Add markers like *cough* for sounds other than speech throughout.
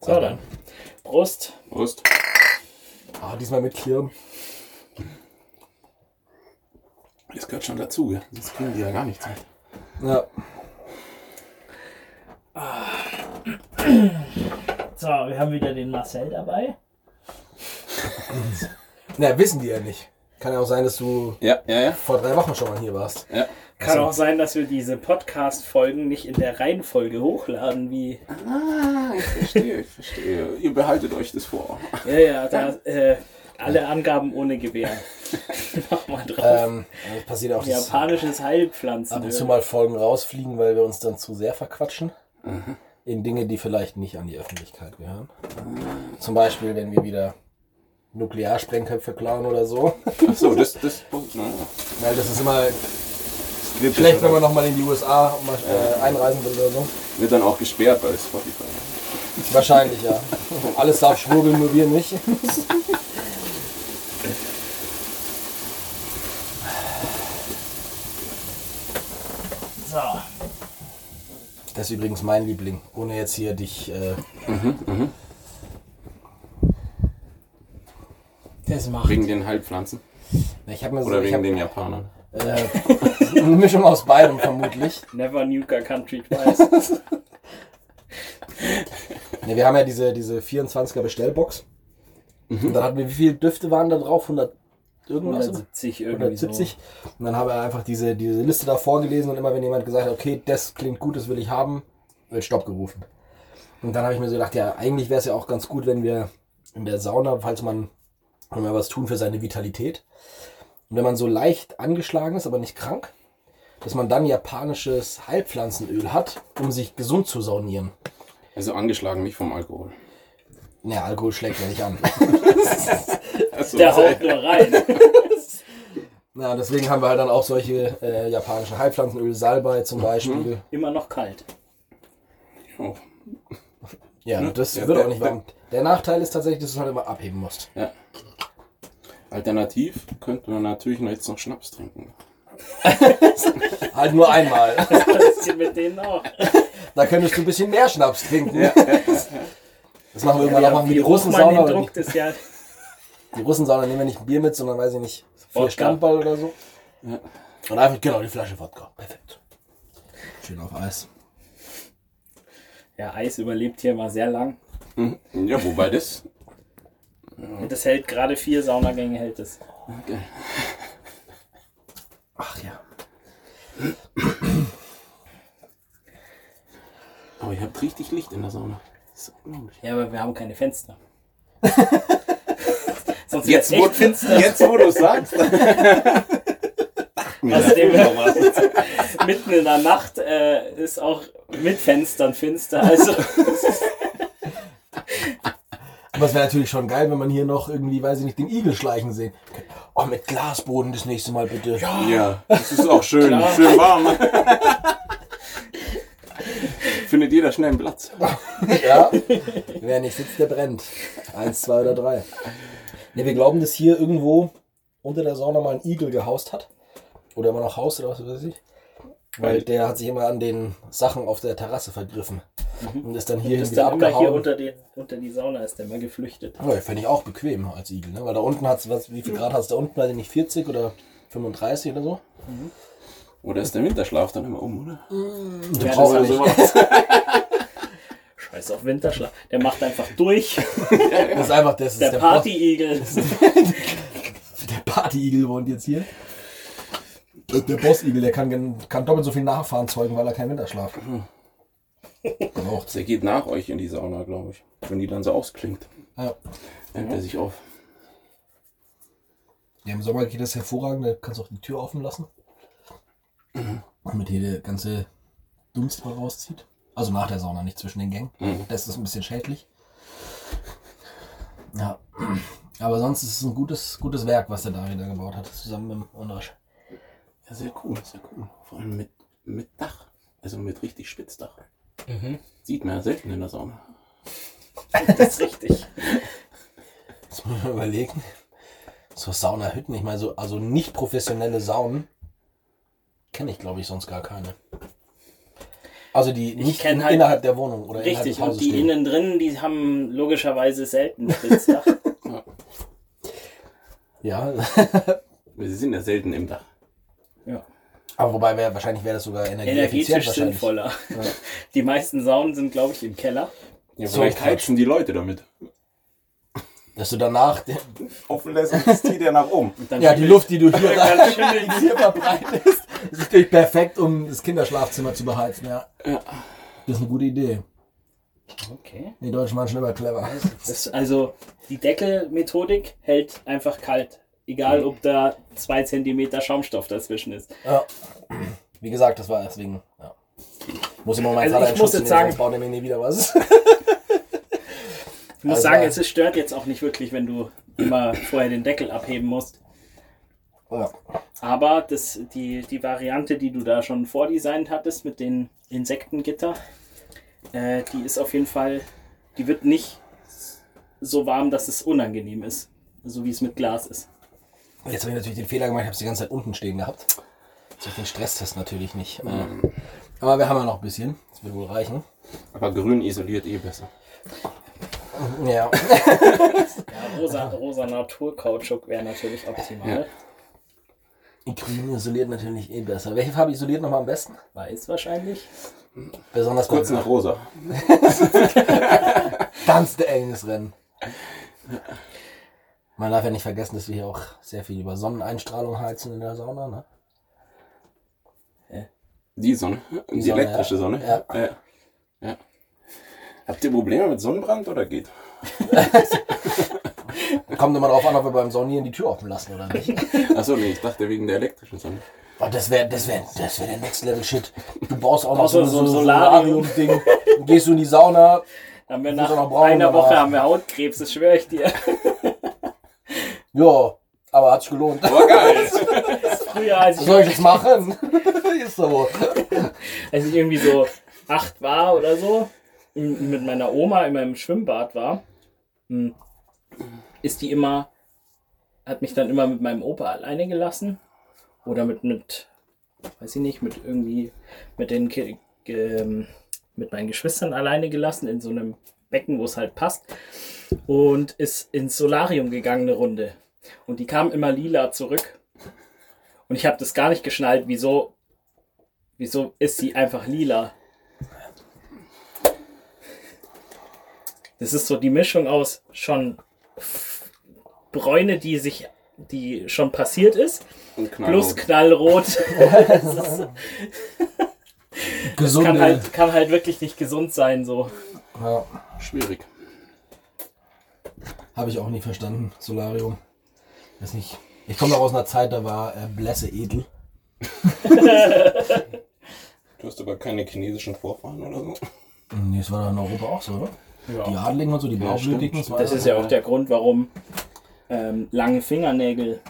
So dann. Prost. Prost. Ah, diesmal mit Klirren. Das gehört schon dazu, gell? Sonst kriegen die ja gar nichts mit. Ja. So, wir haben wieder den Marcel dabei. Na, wissen die ja nicht. Kann ja auch sein, dass du Ja, ja, ja. vor drei Wochen schon mal hier warst. ja. Kann auch sein, dass wir diese Podcast-Folgen nicht in der Reihenfolge hochladen, wie. Ah, ich verstehe, ich verstehe. Ihr behaltet euch das *laughs* vor. Ja, ja, da. Äh, alle Angaben ohne Gewehr. *laughs* Nochmal drauf. Ähm, es passiert auch, dass Japanisches Heilpflanzen. ab und zu mal Folgen rausfliegen, weil wir uns dann zu sehr verquatschen. Mhm. In Dinge, die vielleicht nicht an die Öffentlichkeit gehören. Zum Beispiel, wenn wir wieder Nuklearsprengköpfe klauen oder so. *laughs* Ach so, das, das, naja. Weil das ist immer das Clip schlecht, ist, wenn man nochmal in die USA mal, äh, einreisen will oder so. wird dann auch gesperrt bei Spotify. Wahrscheinlich, ja. Alles darf schwurbeln, nur wir nicht. So, Das ist übrigens mein Liebling, ohne jetzt hier dich. Äh, Mhm, Das macht. Wegen den Heilpflanzen Ich habe mir so, oder ich wegen hab, den Japanern. äh, *laughs* eine Mischung aus beidem vermutlich. never nuke a *laughs* country twice. Ne, wir haben ja diese, diese 24er Bestellbox. Mhm. Und dann hatten wir, wie viele Düfte waren da drauf? 100 irgendwas? 170 irgendwie. 170. Und dann haben wir einfach diese, diese Liste da vorgelesen und immer wenn jemand gesagt hat, okay, das klingt gut, das will ich haben, wird Stopp gerufen. Und dann habe ich mir so gedacht, ja, eigentlich wäre es ja auch ganz gut, wenn wir in der Sauna, falls man, wenn wir was tun für seine Vitalität. Und wenn man so leicht angeschlagen ist, aber nicht krank, dass man dann japanisches Heilpflanzenöl hat, um sich gesund zu saunieren. Also angeschlagen, nicht vom Alkohol. Naja, Alkohol schlägt ja nicht an. *laughs* Also, So. Der haut nur rein. Na, deswegen haben wir halt dann auch solche äh, japanischen Heilpflanzenöl, Salbei zum Beispiel. Immer noch kalt. *laughs* oh, Ja, das Ja, wird der- auch nicht warm. Der Nachteil ist tatsächlich, dass du halt immer abheben *laughs* musst. ja. Alternativ könnte man natürlich noch jetzt noch Schnaps trinken. Halt nur einmal. Das ist hier mit denen auch. *laughs* da könntest du ein bisschen mehr Schnaps trinken. *laughs* Das machen wir irgendwann auch. Machen wir die wie hoch man Russensauna. den oder Druck nicht? des Jahr. Die Russensauna nehmen wir nicht ein Bier mit, sondern weiß ich nicht, vier Wodka. Standball oder so. Ja. Und einfach, genau, die Flasche Wodka. Perfekt. Schön auf Eis. Ja, Eis überlebt hier mal sehr lang. Mhm. Ja, wobei das. Und das hält gerade vier Saunagänge hält es. Ach ja. Aber oh, ihr habt richtig Licht in der Sauna. Das ist unglaublich. Ja, aber wir haben *laughs* keine Fenster. Sonst Jetzt, wär's wo, echt finster. jetzt, wo du es sagst. Außerdem Also, *laughs* mitten in der Nacht äh, ist auch mit Fenstern finster. *laughs* Also Aber es wäre natürlich schon geil, wenn man hier noch irgendwie, weiß ich nicht, den Igel schleichen sehen. könnte. Oh, mit Glasboden das nächste Mal bitte. Ja. Ja, das ist auch schön. Schön warm. *laughs* Findet jeder schnell einen Platz. Ja. Wer nicht sitzt, der brennt. Eins, zwei oder drei. Ne, wir glauben, dass hier irgendwo unter der Sauna mal ein Igel gehaust hat. Oder immer noch haust oder was weiß ich. Weil der hat sich immer an den Sachen auf der Terrasse vergriffen. Und ist dann hier Mhm. ist wieder dann immer hier abgehauen. Oh, unter, den, unter die Sauna ist der mal geflüchtet. Ja, Fände ich auch bequem als Igel, ne? Weil da unten hat's, was, wie viel Grad hat's da unten? Weiß ich nicht, 40 oder 35 oder so? Oder ist der Winterschlaf dann immer um, oder? Du das brauchst ist ja ja nicht. sowas. Scheiß auf Winterschlaf. Der macht einfach durch. Das ist einfach, das ist Der der, Boss. Party-Igel. Der Party-Igel wohnt jetzt hier. Der Boss-Igel, der kann, gen- kann doppelt so viel Nachfahren zeugen, weil er keinen Winterschlaf braucht. Der geht nach euch in die Sauna, glaube ich. Wenn die dann so ausklingt, Ja. hängt er sich auf. Ja, Im Sommer geht das hervorragend, da kannst du auch die Tür offen lassen. Damit hier der ganze Dunst mal rauszieht. Also nach der Sauna, nicht zwischen den Gängen. Das ist ein bisschen schädlich. Ja. Aber sonst ist es ein gutes, gutes Werk, was der Dario da gebaut hat, zusammen mit dem Onrasch. Ja, sehr cool, sehr cool. Vor allem mit, mit Dach. Also mit richtig Spitzdach. Sieht man ja selten in der Sauna. *laughs* Das *laughs* ist richtig. Jetzt muss man *laughs* überlegen. So Saunahütten, ich meine, so, also nicht professionelle Saunen kenne ich, glaube ich, sonst gar keine. Also die nicht kenn in, halt- innerhalb der Wohnung oder innerhalb Richtig, des und Hauses die stehen. innen drin, die haben logischerweise *laughs* selten Spitzdach. Ja, *laughs* Wir sind ja selten im Dach. ja. aber wobei wär, wahrscheinlich wäre das sogar energieeffizient Energetisch wahrscheinlich. sinnvoller. *laughs* Die meisten Saunen sind, glaube ich, im Keller. Ja, So vielleicht Quatsch. heizen die Leute damit. Dass du danach, den, Offen lässt, das zieht ja nach oben. Und dann ja die Luft, die du hier, *laughs* Dann rein- schütteln die- hier verbreitest, ist natürlich perfekt, um das Kinderschlafzimmer zu beheizen, ja. Das ist eine gute Idee. Okay. Die Deutschen waren schon immer clever. Das, also die Deckelmethodik hält einfach kalt. Egal, ob da zwei Zentimeter Schaumstoff dazwischen ist. Ja. Wie gesagt, das war deswegen. Ja. Muss immer mein Also Vater ich in muss Schutz jetzt nehmen, sagen- sonst baut er mir nie wieder was. *laughs* Ich muss Also- sagen, es ist- stört jetzt auch nicht wirklich, wenn du immer vorher den Deckel abheben musst. ja. Aber das, die, die Variante, die du da schon vordesignt hattest mit den Insektengitter, äh, die ist auf jeden Fall, die wird nicht so warm, dass es unangenehm ist. So wie es mit Glas ist. Jetzt habe ich natürlich den Fehler gemacht, ich habe es die ganze Zeit unten stehen gehabt. Jetzt hab ich den Stresstest natürlich nicht. Aber wir haben ja noch ein bisschen. Das wird wohl reichen. Aber grün isoliert eh besser. Ja. Ja, rosa, rosa Naturkautschuk wäre natürlich optimal. Ja. Die Grün isoliert natürlich eh besser. Welche Farbe isoliert nochmal am besten? Weiß wahrscheinlich. Besonders Kurz bei nach rosa. ganz der enges Rennen. Man darf ja nicht vergessen, dass wir hier auch sehr viel über Sonneneinstrahlung heizen in der Sauna. Ne? Die Sonne. Die, Sonne, elektrische ja. Sonne. Ja. Ja. Ja. Habt ihr Probleme mit Sonnenbrand oder geht? Kommt immer darauf an, ob wir beim Saunieren die Tür offen lassen oder nicht. Achso, nee, ich dachte wegen der elektrischen Sonne. Oh, das wäre das wär, das wär der Next Level Shit. Du brauchst auch noch Brauchst so, du so so ein ein Solarium? Solarium-Ding. Dann gehst du in die Sauna. Haben wir Muss nach auch noch braun, einer aber- Woche haben wir Hautkrebs, das schwöre ich dir. *laughs* Ja, aber hat sich gelohnt. Aber Oh, geil! *laughs* Früher, als Was ich, soll ich jetzt machen? *laughs* ist so. als ich irgendwie so acht war oder so, m- mit meiner Oma in meinem Schwimmbad war, m, ist die immer, hat mich dann immer mit meinem Opa alleine gelassen. Oder mit, mit, weiß ich nicht, mit irgendwie, mit den Ki- ähm, mit meinen Geschwistern alleine gelassen in so einem Becken, wo es halt passt. Und ist ins Solarium gegangen eine Runde. Und die kamen immer lila zurück. Und ich habe das gar nicht geschnallt, wieso, wieso ist sie einfach lila? Das ist so die Mischung aus schon f- Bräune, die sich, die schon passiert ist, Und knallrot. plus *laughs* knallrot. Gesunde. kann halt, kann halt wirklich nicht gesund sein, so. ja, Schwierig. Habe ich auch nie verstanden, Solarium. Weiß nicht. Ich komme noch aus einer Zeit, da war äh, Blässe edel. Du hast aber keine chinesischen Vorfahren oder so. Nee, das war doch in Europa auch so, oder? Die Adligen und so, die Blaublütigen. stimmt. war Das doch- ist ja auch der Grund, warum ähm, lange Fingernägel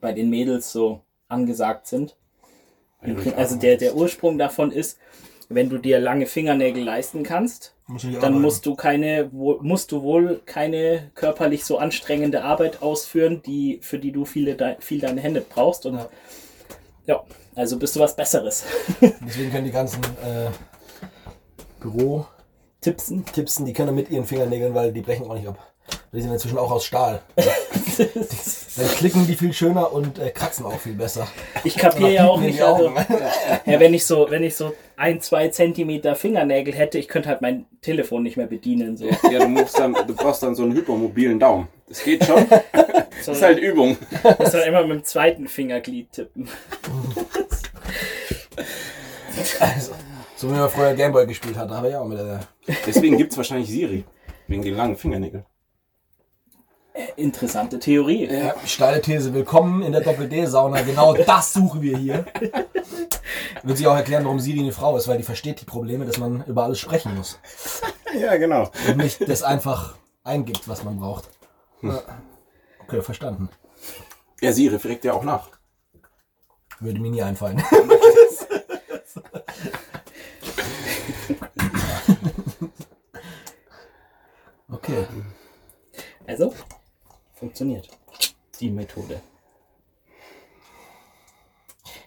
bei den Mädels so angesagt sind. Im Prin- Also der, der Ursprung davon ist, wenn du dir lange Fingernägel leisten kannst, Muss ich dann arbeiten. musst du keine, wo- musst du wohl keine körperlich so anstrengende Arbeit ausführen, die, für die du viele dei- viel deine Hände brauchst. Und Ja. ja, also bist du was Besseres. *laughs* Deswegen können die ganzen äh, Büro-Tippsen, *laughs* Tippsen. die können mit ihren Fingernägeln, weil die brechen auch nicht ab. Die sind inzwischen auch aus Stahl. Dann klicken die viel schöner und äh, kratzen auch viel besser. Ich kapiere ja auch Pieken in nicht. die Also, Augen. Ja, wenn ich so, wenn ich so ein, zwei Zentimeter Fingernägel hätte, ich könnte halt mein Telefon nicht mehr *laughs* bedienen. So. Ja, du, musst dann, du brauchst dann so einen hypermobilen Daumen. Das geht schon. Das ist halt Übung. *laughs* Ich soll immer mit dem zweiten Fingerglied tippen. Also, *laughs* so wie man früher Gameboy gespielt hat, da habe ich auch mit der. Deswegen gibt es wahrscheinlich Siri. Wegen den langen Fingernägeln. Interessante Theorie. Ja, steile These, willkommen in der Doppel-D-Sauna. *laughs* Genau das suchen wir hier. Wird sich auch erklären, warum Siri eine Frau ist, weil die versteht die Probleme, dass man über alles sprechen muss. Ja, genau. Und nicht das einfach eingibt, was man braucht. Ja. Okay, verstanden. Ja, Siri fragt ja auch nach. Würde mir nie einfallen. okay. Also, funktioniert. Die Methode.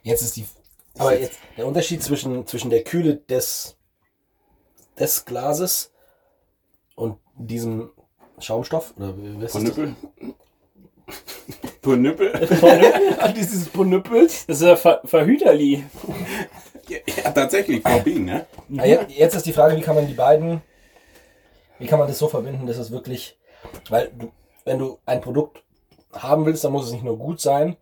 Jetzt ist die Aber jetzt der Unterschied zwischen, zwischen der Kühle des, des Glases und diesem Schaumstoff oder wie- was ist Ponüppel. Ponüppel? das? *laughs* dieses Ponüppel. Das ist ja Ver Verhüterli. ja, ja, tatsächlich, Frau Bean, ne? Ah, Ja, je- jetzt ist die Frage, wie kann man die beiden, wie kann man das so verbinden, dass es wirklich, weil du, wenn du ein Produkt haben willst, dann muss es nicht nur gut sein,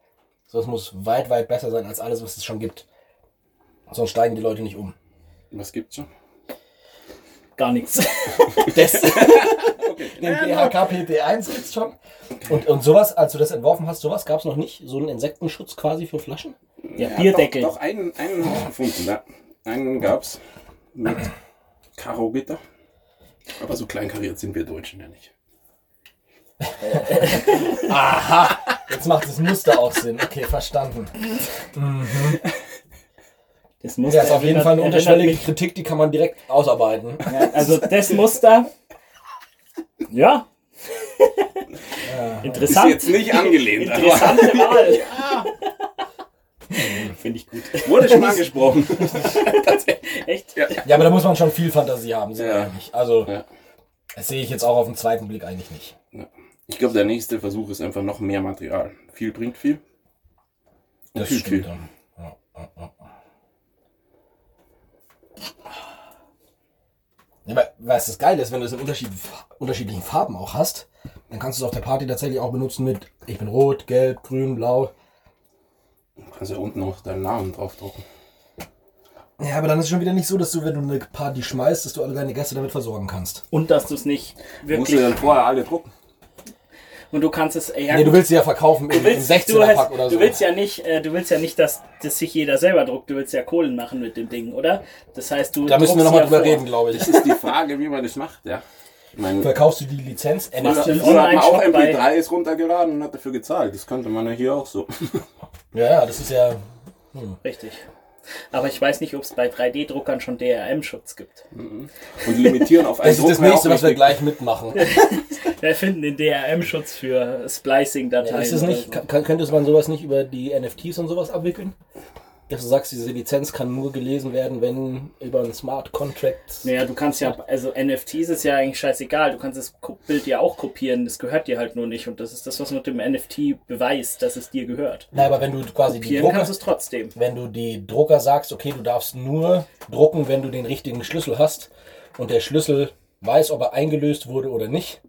sondern es muss weit, weit besser sein als alles, was es schon gibt. Sonst steigen die Leute nicht um. Was gibt's schon? Gar nichts. Das, *laughs* Okay. den DHKPP1 gibt's schon. Und, und sowas, als du das entworfen hast, sowas gab's noch nicht? So einen Insektenschutz quasi für Flaschen? Ja, Bierdeckel. Doch, doch einen, einen haben wir gefunden, ja. Einen gab's mit Karo-Gitter. Aber so kleinkariert sind wir Deutschen ja nicht. Jetzt macht das Muster auch Sinn. Okay, verstanden. Das muss Ja, ist auf jeden Fall eine unterschwellige unterschwellig. Kritik, die kann man direkt ausarbeiten. Also das Muster. Ja. Ist Interessant. jetzt nicht angelehnt, aber Interessante Wahl. Finde ich gut. wurde schon angesprochen. Echt? Ja. Ja, aber da muss man schon viel Fantasie haben, sind wir Ja. ehrlich. Also, Ja. das sehe ich jetzt auch auf den zweiten Blick eigentlich nicht. Ich glaube, der nächste Versuch ist einfach noch mehr Material. Viel bringt viel. Und Das viel stimmt. viel. dann. Ja, ja, ja. Ja, aber was das Geile ist, wenn du es in unterschied, unterschiedlichen Farben auch hast, dann kannst du es auf der Party tatsächlich auch benutzen mit ich bin rot, gelb, grün, blau. Du kannst ja Also unten noch deinen Namen draufdrucken. Ja, aber dann ist es schon wieder nicht so, dass du, wenn du eine Party schmeißt, dass du alle deine Gäste damit versorgen kannst. Und dass du es nicht Musst du wirklich. dann vorher alle drucken. Und du kannst es. Ja, Nee, du willst sie ja verkaufen im, du willst, im du 16er-Pack hast, oder so. du willst ja nicht, äh, du willst ja nicht, dass, dass sich jeder selber druckt. Du willst ja Kohlen machen mit dem Ding, oder? Das heißt, du. da müssen wir druckst nochmal ja drüber vor. reden, glaube ich. Das ist die Frage, wie man das macht, ja. Ich meine, Verkaufst du die Lizenz? Machst Änderst du du einen früher hat man auch Online-Shop bei- MP3s runtergeladen und hat dafür gezahlt. Das könnte man ja hier auch so. Ja, ja, das ist ja. Richtig. Aber ich weiß nicht, ob es bei 3D-Druckern schon DRM-Schutz gibt. Und limitieren auf einen Das ist Druck das wäre auch nächste, was wir wichtig. gleich mitmachen. Wir finden den DRM-Schutz für Splicing-Dateien. Ist es oder nicht, so. kann, könnte man sowas nicht über die NFTs und sowas abwickeln? Dass du sagst, diese Lizenz kann nur gelesen werden, wenn über einen Smart Contract. Naja, du kannst ja, also NFTs ist ja eigentlich scheißegal. Du kannst das Ko- Bild ja auch kopieren, das gehört dir halt nur nicht. Und das ist das, was mit dem NFT beweist, dass es dir gehört. Nein, aber wenn du quasi die Kopieren Drucker, kannst du es trotzdem. wenn du die Drucker sagst, okay, du darfst nur drucken, wenn du den richtigen Schlüssel hast und der Schlüssel weiß, ob er eingelöst wurde oder nicht,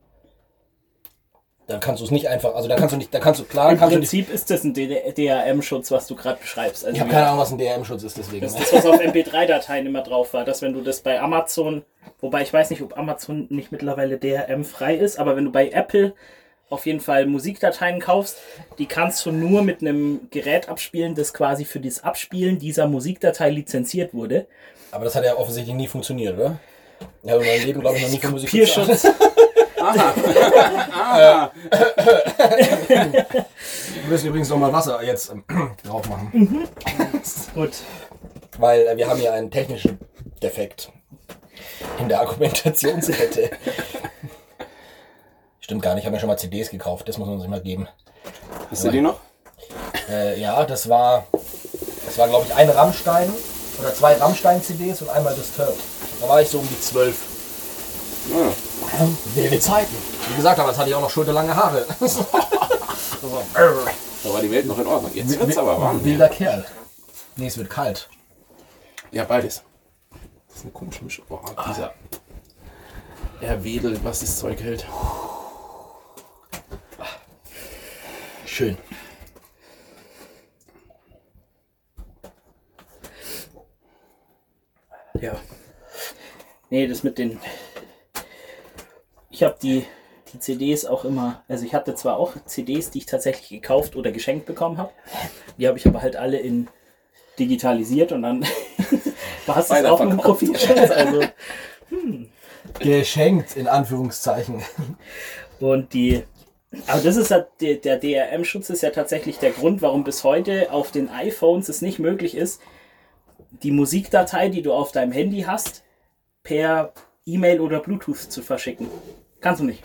dann kannst du es nicht einfach, also dann kannst du nicht, dann kannst du klar, Im kannst du nicht, Prinzip ist das ein DRM-Schutz, was du gerade beschreibst. Also ich habe keine Ahnung, was ein DRM-Schutz ist, deswegen. das ist das, was auf MP3-Dateien immer drauf war, dass wenn du das bei Amazon, wobei ich weiß nicht, ob Amazon nicht mittlerweile DRM-frei ist, aber wenn du bei Apple auf jeden Fall Musikdateien kaufst, die kannst du nur mit einem Gerät abspielen, das quasi für das Abspielen dieser Musikdatei lizenziert wurde. Aber das hat ja offensichtlich nie funktioniert, oder? Ich habe in meinem Leben, glaube ich, noch nie für Musik Kopierschutz. bezahlt. Ah, Wir müssen übrigens nochmal Wasser jetzt ähm, *clears throat* drauf machen. Gut. Weil äh, wir haben ja einen technischen Defekt in der Argumentationskette. Stimmt gar nicht, ich habe mir schon mal CDs gekauft, das muss man sich mal geben. hast du die noch? Äh, ja, das war, das war glaube ich ein Rammstein oder zwei Rammstein-CDs und einmal Disturbed. Da war ich so um die zwölf. Ja. Ähm, Wilde Zeiten. Wie gesagt, damals hatte ich auch noch schulterlange *laughs* Haare. Das war- Da war die Welt noch in Ordnung. Jetzt wird's aber warm. Wilder Kerl. Nee, es wird kalt. Ja, beides. Das ist eine komische Mischung. Oh, dieser. Er wedelt, was das Zeug hält. Schön. Ja. Nee, das mit den. Ich habe die, die CDs auch immer. Also, ich hatte zwar auch CDs, die ich tatsächlich gekauft oder geschenkt bekommen habe. Die habe ich aber halt alle in digitalisiert und dann *laughs* war es das auch mit dem Weiterverkauft. Profilschutz. Also, Geschenkt, in Anführungszeichen. und die. Aber das ist ja, der, der DRM-Schutz ist ja tatsächlich der Grund, warum bis heute auf den iPhones es nicht möglich ist, die Musikdatei, die du auf deinem Handy hast, per E-Mail oder Bluetooth zu verschicken. Kannst du nicht.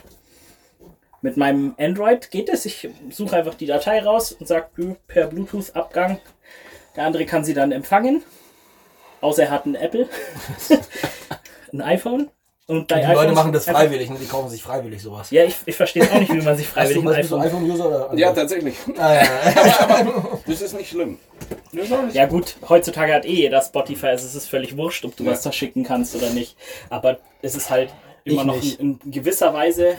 Mit meinem Android geht es. Ich suche einfach die Datei raus und sage per Bluetooth-Abgang Der andere kann sie dann empfangen. Außer er hat *laughs* ein Apple. *laughs* ein iPhone. Und bei Die iPhones- Leute machen das freiwillig, ne? die kaufen sich freiwillig sowas. Ja, ich, ich verstehe auch nicht, wie man sich Hast du, freiwillig ein bist du iPhone. iPhone-User oder? Ja, tatsächlich. Ah, ja, *laughs* ja. Das ist nicht schlimm. Ja gut, heutzutage hat eh jeder Spotify, also es ist völlig wurscht, ob du Ja. was verschicken kannst oder nicht. Aber es ist halt immer Ich noch nicht. in, in gewisser Weise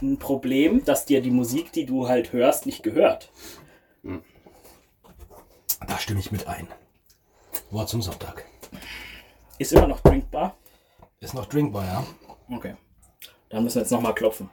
ein Problem, dass dir die Musik, die du halt hörst, nicht gehört. Da stimme ich mit ein. Wort zum Sonntag. Ist immer noch drinkbar. Ist noch drinkbar, ja? Okay. Dann müssen wir jetzt nochmal klopfen.